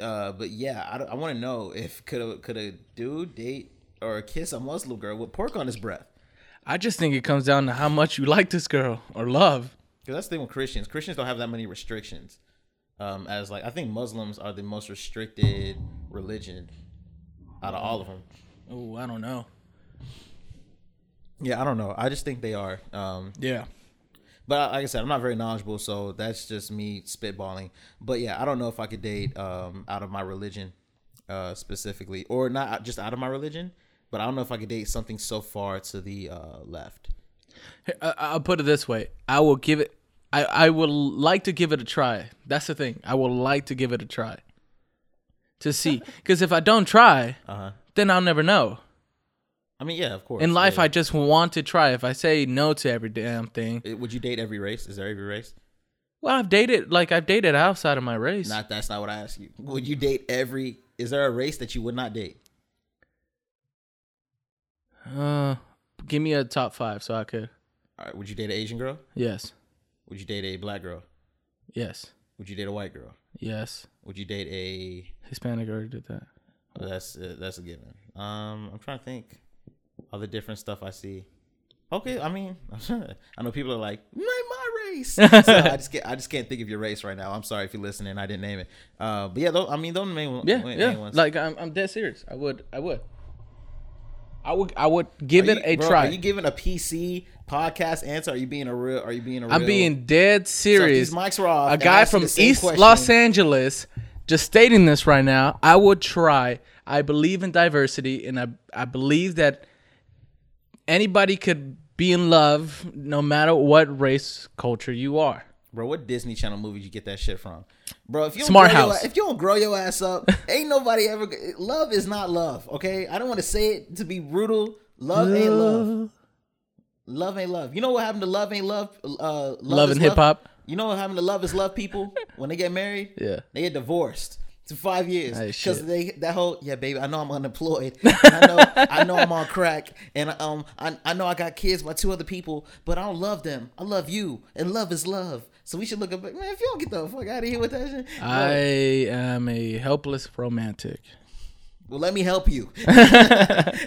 Uh, but yeah, I, want to know if could a could a dude date or kiss a Muslim girl with pork on his breath?
I just think it comes down to how much you like this girl or love.
Because that's the thing with Christians. Christians don't have that many restrictions. Um, as like I think Muslims are the most restricted religion out of all of them.
Oh, I don't know.
Yeah, I don't know. I just think they are. Um,
Yeah.
but like I said, I'm not very knowledgeable, so that's just me spitballing. But yeah, I don't know if I could date um out of my religion, uh specifically, or not out- just out of my religion. But I don't know if I could date something so far to the uh, left.
I, I'll put it this way. I will give it. I I will like to give it a try. That's the thing. I will like to give it a try. to [LAUGHS] see. Because if I don't try,
Uh huh.
then I'll never know.
I mean, yeah, of course.
In life,
yeah.
I just want to try. If I say no to every damn thing,
I would you date every race? Is there every race?
well, I've dated like I've dated outside of my race.
Not that's not what I asked you. Would you date every? Is there a race that you would not date?
Uh, give me a top five so I could.
All right. Would you date an Asian girl?
Yes,
Would you date a black girl?
yes,
Would you date a white girl?
yes.
Would you date a?
Hispanic already did that.
oh, That's uh, that's a given. Um, I'm trying to think. All the different stuff I see. Okay, I mean, [LAUGHS] I know people are like, name my
[LAUGHS]
race. so I just can't, I just can't think of your race right now. I'm sorry if you're listening. I didn't name it. Uh, but yeah, though, I mean, those main one.
Yeah,
main
yeah.
ones.
Like I'm, I'm dead serious. I would, I would, I would, I would give
Are
it
you-
a
bro,
try.
Are you giving a PC podcast answer? Are you being a real? Are you being a real?
I'm being dead
So if
serious.
these mics were off.
a
and I
guy
asked you
from
the same
East
question-
Los Angeles just stating this right now. I would try. I believe in diversity, and I I believe that anybody could be in love, no matter what race, culture you are.
Bro, what Disney Channel movie did you get that shit from? Bro, if you don't
Smart
grow your-
House.
if you don't grow your ass
[LAUGHS]
up, ain't nobody ever. Love is not love, okay? I don't want to say it to be brutal. Love ain't love. Love ain't love. You know what happened to love ain't love? Uh, love
Love
is
and hip hop.
You know what happened to love is love
[LAUGHS]
people when they get married?
Yeah.
They get divorced to five years
Hey,
because
shit.
they that whole yeah baby I know I'm unemployed [LAUGHS] and I know I know I'm on crack and um I, I know I got kids by two other people but I don't love them I love you and love is love so we should look up man if you don't get the fuck out of here with that shit
I am a helpless romantic.
well let me help
[LAUGHS]
you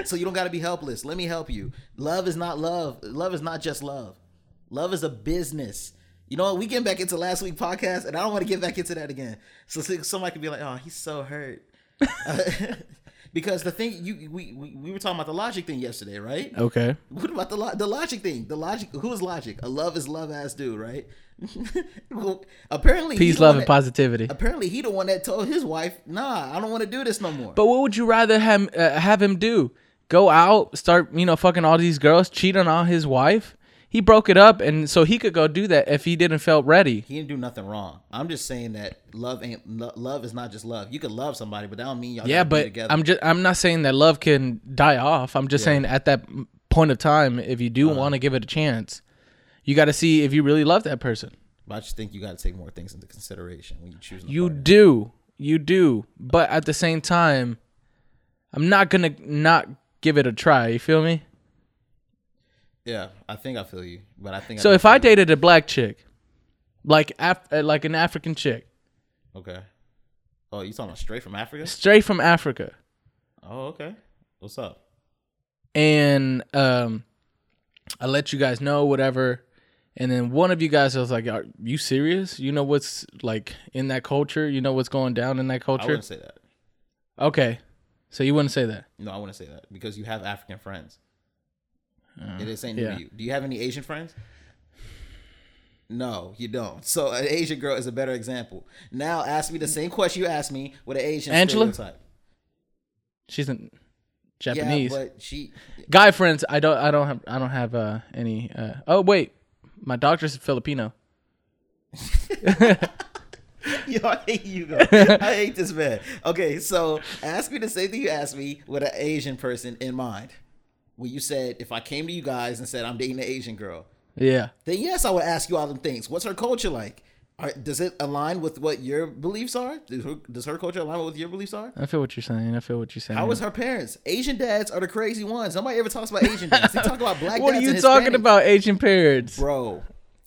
so you don't got to be helpless let me help you love is not love love is not just love love is a business you know what we get back into last week podcast and I don't want to get back into that again so so- somebody could be like oh he's so hurt [LAUGHS] because the thing you we, we we were talking about the logic thing yesterday, right?
Okay.
What about the lo- the logic thing? The logic who is logic? A love is love ass dude, right? [LAUGHS] Well, apparently he
Peace,
the
love,
one
and
that-
positivity.
Apparently he the one that told his wife, "Nah, I don't want to do this no more."
But what would you rather have uh, have him do? Go out, start you know fucking all these girls, cheat on all his wife. He broke it up, and so he could go do that if he didn't felt ready.
he didn't do nothing wrong. I'm just saying that love ain't lo- love is not just love. You could love somebody, but that don't mean y'all
Yeah,
gotta be
but
together.
I'm just I'm not saying that love can die off. I'm just saying at that m- point of time, if you
Uh-huh.
do want to give it a chance, you got to see if you really love that person.
But I just think you got to take more things into consideration when you choose.
You do, you do, but at the same time, I'm not gonna not give it a try. You feel me?
yeah, I think I feel you, but I think
So
I
if I dated a black chick, like Af- uh, like an African chick,
okay. Oh, you talking about straight from Africa?
straight from Africa,
Oh, okay. What's up?
and um, I let you guys know whatever, and then one of you guys was like, "Are you serious? You know what's like in that culture? You know what's going down in that
I
culture?"
wouldn't say that.
Okay, so you wouldn't say that.
No, I wouldn't say that because you have African friends. it is ain't new
yeah.
to you. Do you have any Asian friends? No, you don't. So an Asian girl is a better example. Now ask me the same question you asked me with an Asian
Angela?
stereotype.
She's in Japanese.
Yeah, but she
Guy friends, I don't, I don't have, I don't have uh, any. Uh, oh wait, my doctor's Filipino.
[LAUGHS] Yo, I hate you. Though. I hate this man. Okay, so ask me the same thing you asked me with an Asian person in mind. When you said if I came to you guys and said I'm dating an Asian girl,
Yeah.
then yes, I would ask you all them things. What's her culture like? Are, does it align with what your beliefs are? Does her, does her culture align with what your beliefs are?
I feel what you're saying. I feel what you're saying.
How was her parents? Asian dads are the crazy ones. Nobody ever talks about Asian dads. They talk about black
[LAUGHS] what are
dads
you
and
talking
Hispanics.
about, Asian parents?
Bro,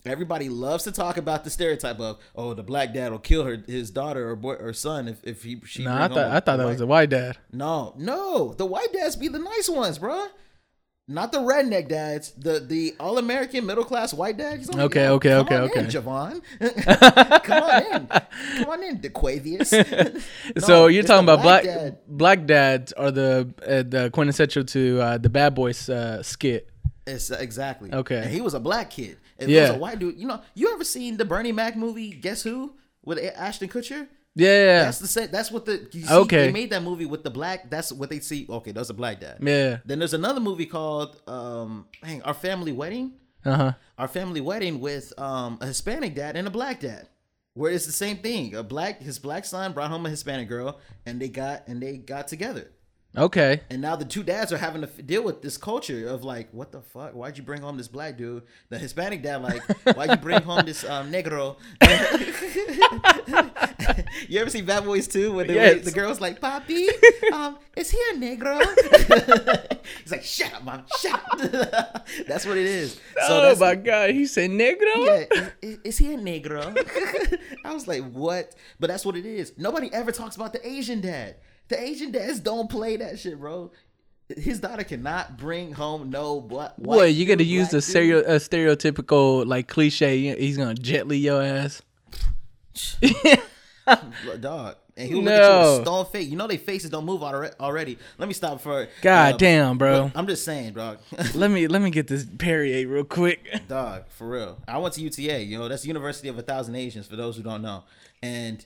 everybody loves to talk about the stereotype of, oh, the black dad will kill her his daughter or boy or son if, if he she
No,
bring
I
home
thought
a-
I thought that
a
was
white-
a white dad.
No, no. The white dads be the nice ones, bro. Not the redneck dads, the the all American middle class white dads. He's like,
Okay,
"Yo,
okay,
come
okay,
on
okay."
In,
[LAUGHS]
Javon, come on in, come on in, DeQuavius.
so
No,
you're
it's
talking
the
about black
dad.
black dads are the uh, the quintessential to uh, the Bad Boys uh, skit.
It's exactly
Okay.
And he was a black kid. If he
Yeah.
was a white dude, you know, you ever seen the Bernie Mac movie? Guess who with A- Ashton Kutcher?
Yeah, yeah,
That's the same. That's what the you see,
Okay.
They made that movie with the black. That's what they see. Okay, that's a black dad.
yeah.
Then there's another movie called um, hang, Our Family Wedding.
Uh huh.
Our Family Wedding with um, a Hispanic dad and a black dad. where it's the same thing. A black his black son brought home a Hispanic girl, and they got and they got together.
Okay.
And now the two dads are having to f- deal with this culture of like, what the fuck? Why'd you bring home this black dude? The Hispanic dad
[LAUGHS]
like, why'd you bring home this um, negro? [LAUGHS] you ever see Bad Boys too? When the,
Yes.
the girl's like,
[LAUGHS]
Papi, um, is he a negro? [LAUGHS] He's like, shut up, mom, shut up. [LAUGHS] that's what it is. So
oh
that's,
my god, he said negro.
[LAUGHS] yeah, is, is he a negro? [LAUGHS] I was like, what? But that's what it is. Nobody ever talks about the Asian dad. The Asian dads don't play that shit, bro. His daughter cannot bring home no black.
What
white
you got to
dude,
use the
black
stereo, uh, stereotypical like cliche? you- He's gonna gently your ass.
dude. Look, dog. And he'll look at you with
No.
a stone face. You know they faces don't move alre- already. Let me stop for
God
uh,
damn, bro.
I'm just saying, [LAUGHS] dog.
let me let me get this Perrier real quick. [LAUGHS]
dog, for real. I went to UTA. You know that's University of a Thousand Asians. For those who don't know, and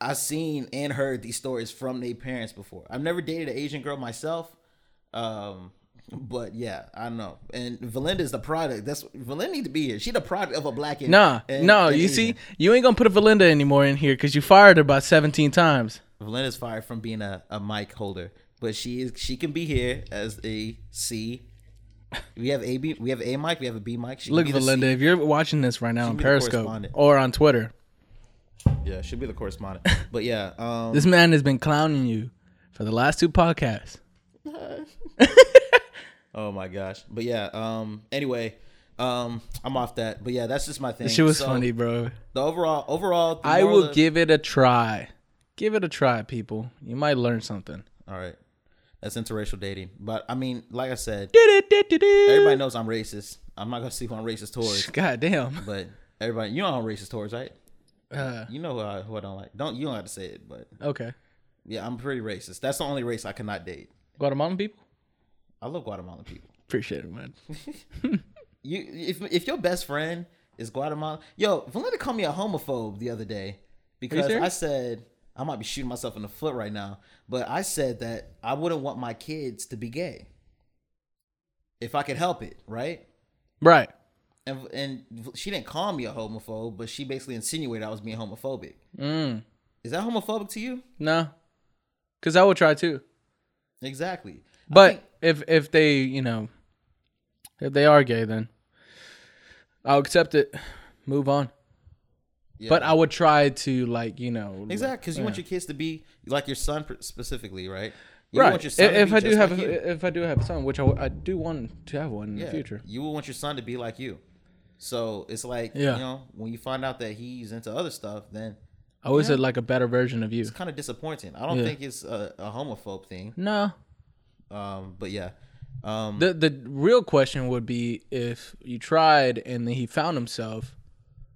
I've seen and heard these stories from their parents before. I've never dated an Asian girl myself, um, but yeah, I know. And Valinda is the product. That's Valinda need to be here. She the product of a black. And,
Nah,
and-
no,
and
you
Asian.
see, you ain't gonna put a Valinda anymore in here because you fired her about seventeen times.
Valinda's fired from being a, a mic holder, but she is she can be here as a C. We have a B. We have a mic. We have a B mic. She can
Look,
be the C.
Valinda, if you're watching this right now
be
on
the
Periscope
correspondent.
or on Twitter,
Yeah, she'll be the correspondent. [LAUGHS] But yeah, um,
this man has been clowning you for the last two podcasts.
Oh my gosh. But yeah, um anyway, um I'm off that. But yeah, that's just my thing.
She was
So,
funny, bro.
The overall overall the
I
moral
will
of-
give it a try. Give it a try, people. You might learn something.
All right. That's interracial dating. But I mean, like I said,
Everybody,
everybody knows I'm racist. I'm not going to see who I'm racist towards,
God damn.
but everybody, you know who I'm racist towards, right?
Uh,
You know who I, who I don't like. Don't you don't have to say it, but
okay.
yeah, I'm pretty racist. That's the only race I cannot date.
Guatemalan people?
I love Guatemalan people.
Appreciate it, man.
You if if your best friend is Guatemala, yo, Valinda called me a homophobe the other day because
serious?
I said I might be shooting myself in the foot right now, but I said that I wouldn't want my kids to be gay if I could help it, right?
Right.
And and she didn't call me a homophobe, but she basically insinuated I was being homophobic.
Mm.
Is that homophobic to you?
No. Because I would try too.
Exactly. I
But
think-
if if they, you know, if they are gay, then I'll accept it. Move on.
yeah.
But I would try to, like, you know. like-
exactly because you want
yeah.
your kids to be like your son specifically, right? You
Right.
want your
If,
son to
if
be
I do
just
have,
like you.
a, if I do have a son, which I, w- I do want to have one in the
Yeah,
future.
You would want your son to be like you. So it's like,
Yeah.
you know, when you find out that he's into other stuff, then
I always said like a better version of you.
it's kind of disappointing. I don't
Yeah.
think it's a, a homophobe thing.
No.
Um, but yeah. Um,
The the real question would be if you tried and then he found himself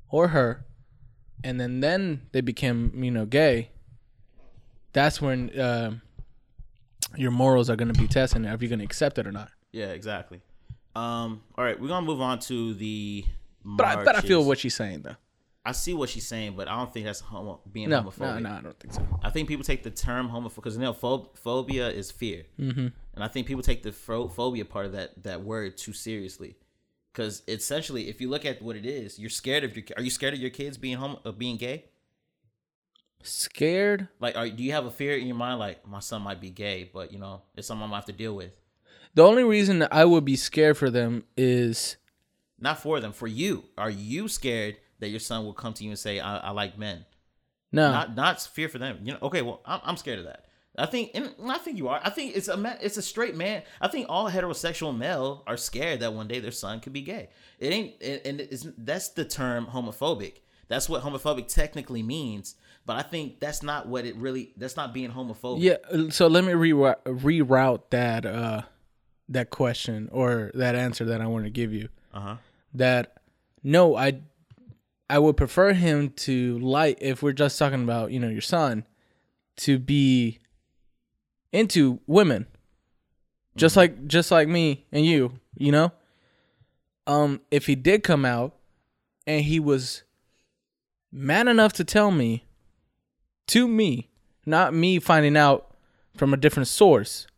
or her and then then they became, you know, gay. That's when uh, your morals are going to be tested if you're going to accept it or not.
yeah, exactly. Um, all right, we're gonna move on to the.
But I, but I feel what she's saying though.
I see what she's saying, but I don't think that's homo- being
No,
homophobic.
no, no, I don't think so.
I think people take the term homophobic because you know phob- phobia is fear, mm-hmm. and I think people take the pho- phobia part of that that word too seriously. Because essentially, if you look at what it is, you're scared of your. ki- Are you scared of your kids being home of being gay?
Scared?
Like, are, do you have a fear in your mind like my son might be gay, but you know it's something I'm gonna have to deal with.
The only reason I would be scared for them is
Not for them, for you. Are you scared that your son will come to you and say, "I, I like men"?
no.
Not not fear for them. You know. Okay. Well, I'm, I'm scared of that. I think, and I think you are. I think it's a ma- it's a straight man. I think all heterosexual male are scared that one day their son could be gay. It ain't, and- and it's, that's the term homophobic. That's what homophobic technically means. But I think that's not what it really. That's not being homophobic.
Yeah, uh, so let me reroute, reroute that uh that question or that answer that I want to give you.
Uh huh.
That no, I I would prefer him to like if we're just talking about, you know, your son to be into women. Just like just like me and you, you know? Um if he did come out and he was man enough to tell me to me, not me finding out from a different source.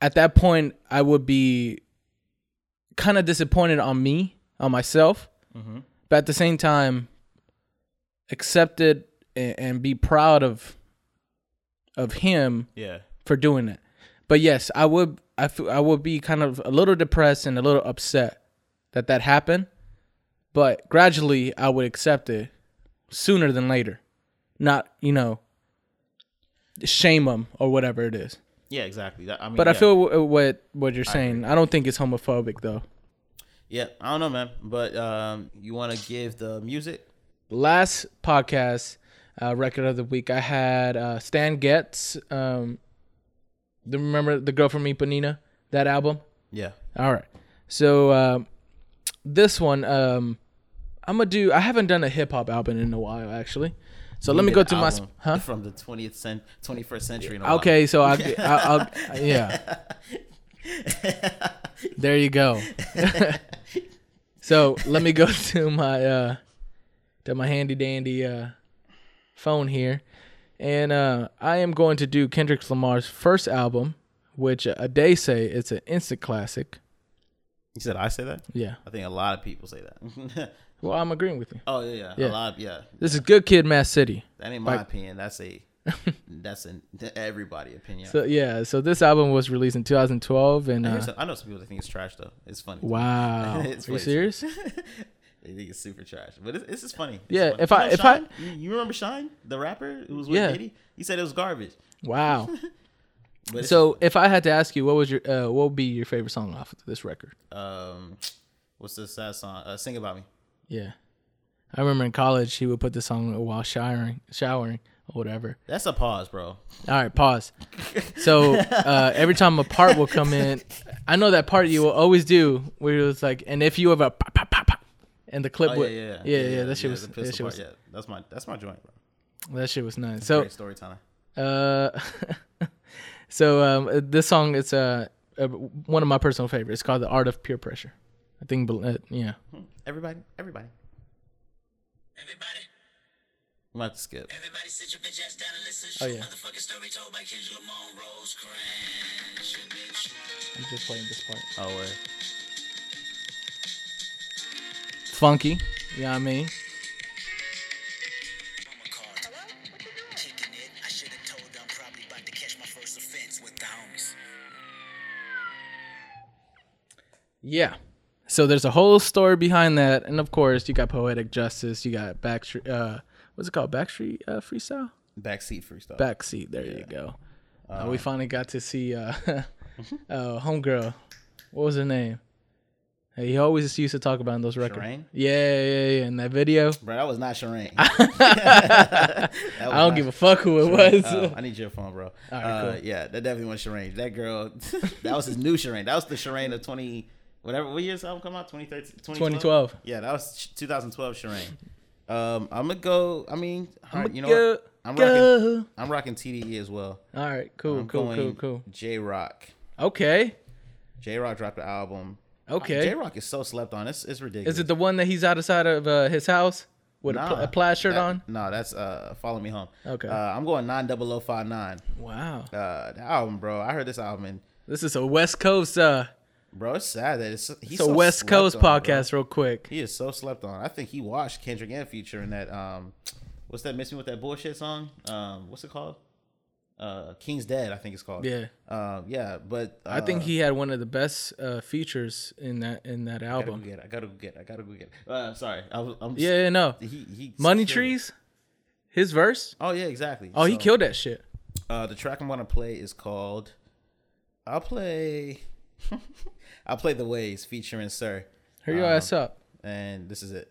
At that point, I would be
Mm-hmm.
kind of disappointed on me, on myself. But at the same time, accepted and, and be proud of of him
Yeah.
for doing that. But yes, I would I feel I would be kind of a little depressed and a little upset that that happened. But gradually, I would accept it sooner than later. Not you know shame them or whatever it is.
Yeah, exactly. That- I mean,
But I
yeah.
feel w- what what you're saying. I, don't think it's homophobic though.
Yeah, I don't know, man. But um, you want to give the music?
Last podcast uh, record of the week, I had uh, Stan Getz. Um, do you remember the girl from Ipanema? That album.
Yeah.
All right. So um, this one, um, I'm gonna do. I haven't done a hip hop album in a while, actually. So let me go
An
to my sp-
album
huh.
From the 20th cent- 21st century. in a while.
Okay, so I, I,
[LAUGHS]
I, yeah. There you go.
[LAUGHS]
so let me go [LAUGHS] to my uh, to my handy dandy uh, phone here, and uh, I am going to do Kendrick Lamar's first album, which a day say it's an instant classic.
You said I say that?
Yeah.
I think a lot of people say that.
Well, I'm agreeing with you.
[LAUGHS] oh, yeah, yeah.
Yeah.
A lot of, yeah.
This is Good Kid, Mad City.
That ain't my
Like-
opinion. That's
[LAUGHS]
a, that's an everybody opinion.
So yeah, so this album was released in 2012, and
I,
uh,
hear some- I know some people that think it's trash, though. It's funny.
wow,
[LAUGHS] It's
are you
way-
serious?
They think it's super trash, but it's, it's just funny. It's
Yeah,
funny.
if
You
I-
know
if
Shine? you, you remember Shine, the rapper who was with
Yeah.
Diddy, he said it was garbage.
Wow.
But it's-
So if I had to ask you, what was your uh, what would be your favorite song off of this record?
um, what's the sad song? Uh, Sing about me.
Yeah, I remember in college he would put this song while showering, showering or whatever.
That's a pause, bro.
All right, pause. [LAUGHS] So uh, every time a part will come in, I know that part you will always do where it was like, and if you have a pop, pop, pop, pop, and the clip
Oh,
would,
yeah, yeah,
yeah, that shit
yeah,
was,
the
that
pistol
shit
part,
was, Oh.
yeah. That's my that's my joint, bro.
that shit was nice. So
Great story time.
Uh, [LAUGHS] so um, uh, this song it's uh, uh one of my personal favorites. It's called "The Art of Peer Pressure." I think, bel- uh, yeah.
Everybody, everybody.
Everybody,
I'm about to skip.
everybody sit your bitch ass down and listen to
Oh,
this
yeah.
motherfucking story told by Kendrick Lamar Rose Crash, your bitch.
I'm just playing this part.
Oh, word.
It's funky. You know what I mean?
Mama called. Hello? What you doing? Kicking it. I should have told her I'm probably about to catch my first offense with the homies.
Yeah. So there's a whole story behind that, and of course you got poetic justice. You got backstreet. Uh, what's it called? Backstreet uh, freestyle.
Backseat freestyle.
Backseat. There you go. Uh, we finally got to see uh, [LAUGHS] uh,
Mm-hmm.
homegirl. What was her name? Hey, he always used to talk about in those records.
Shireen?
Yeah, yeah, yeah. In that video.
Bro, that was not
[LAUGHS]
Shireen. [LAUGHS] That was
I don't
not
give a fuck who it was.
Oh, I need your phone, bro. uh, Yeah, that definitely was Shireen. That girl, [LAUGHS] that was his new Shireen. That was the Shireen of 20, whatever, what year's album come out? 2013,
2012.
Yeah, that was sh- 2012 Shireen. Um, I'm going to go, I mean, all right, you know
go,
what? I'm rocking,
go.
I'm rocking TDE as well.
All right, cool,
I'm
cool, cool,
going
cool.
J Rock.
Okay,
J Rock dropped the album.
okay.
J Rock is so slept on. It's, it's ridiculous.
Is it the one that he's outside of uh, his house with a, pl- a plaid shirt
that-
on?
No, that's uh, Follow Me Home.
Okay.
Uh, I'm going 90059.
Wow,
Uh, the album, bro. I heard this album and
this is a West Coast. Uh,
Bro, it's sad that it's he's
it's a
so
West
slept
Coast
on, bro.
podcast, real quick.
He is so slept on. I think he watched Kendrick and Future in that um, what's that missing with that bullshit song? Um, what's it called? Uh, King's Dead, I think it's called.
Yeah.
Um, yeah, but uh,
I think he had one of the best uh, features in that in that
I gotta go
album.
get. It. I gotta go get. It. I gotta go get. It. Uh, sorry, I was, I'm.
Yeah, yeah, no.
He, he
Money
killed it.
Trees, his verse.
Oh yeah, exactly.
Oh, he
So,
killed that shit.
Uh, the track I'm gonna play is called. I'll play. [LAUGHS] I'll play the ways featuring Sir,
Hurry your ass
Uh-huh.
up.
and this is it.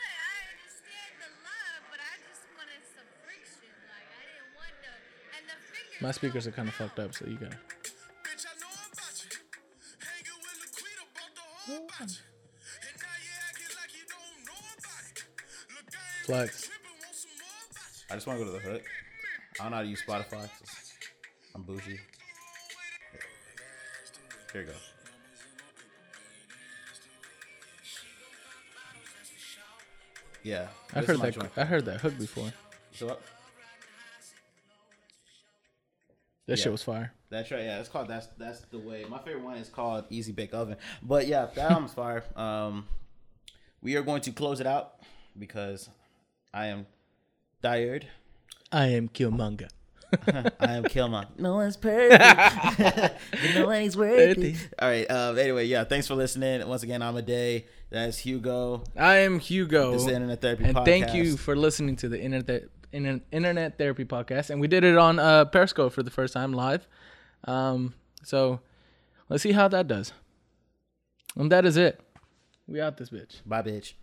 I understand the love, but I just wanted some friction. Like I didn't want no and the fingers.
My speakers are kind of fucked up, so you gotta.
Bitch, I know about you. Hanging with Laquita, bought the whole about you. And now you acting like you don't know about it. Look, I ain't
Flex.
tripping, want some more about you.
I just want to go to the hook. I don't know how to use Spotify. so I'm bougie. Here you go. Yeah.
I
this
heard
is my
that.
joint.
I heard that hook before.
So uh, Yeah.
That shit was fire.
that's right. Yeah, it's called that's that's the way. My favorite one is called Easy Bake Oven. But yeah, that album's fire. Um, we are going to close it out because I am tired.
I am Killmonger.
I am Killmonger. no one's perfect. [LAUGHS] no one's worthy. All right. Um, anyway, yeah. Thanks for listening. Once again, I'm Aday. That's Hugo.
I am Hugo.
This is the Internet Therapy
Oh, and
Podcast.
thank you for listening to the internet Inter- internet therapy podcast and we did it on uh periscope for the first time live um so let's see how that does and that is it we out this bitch
Bye, bitch.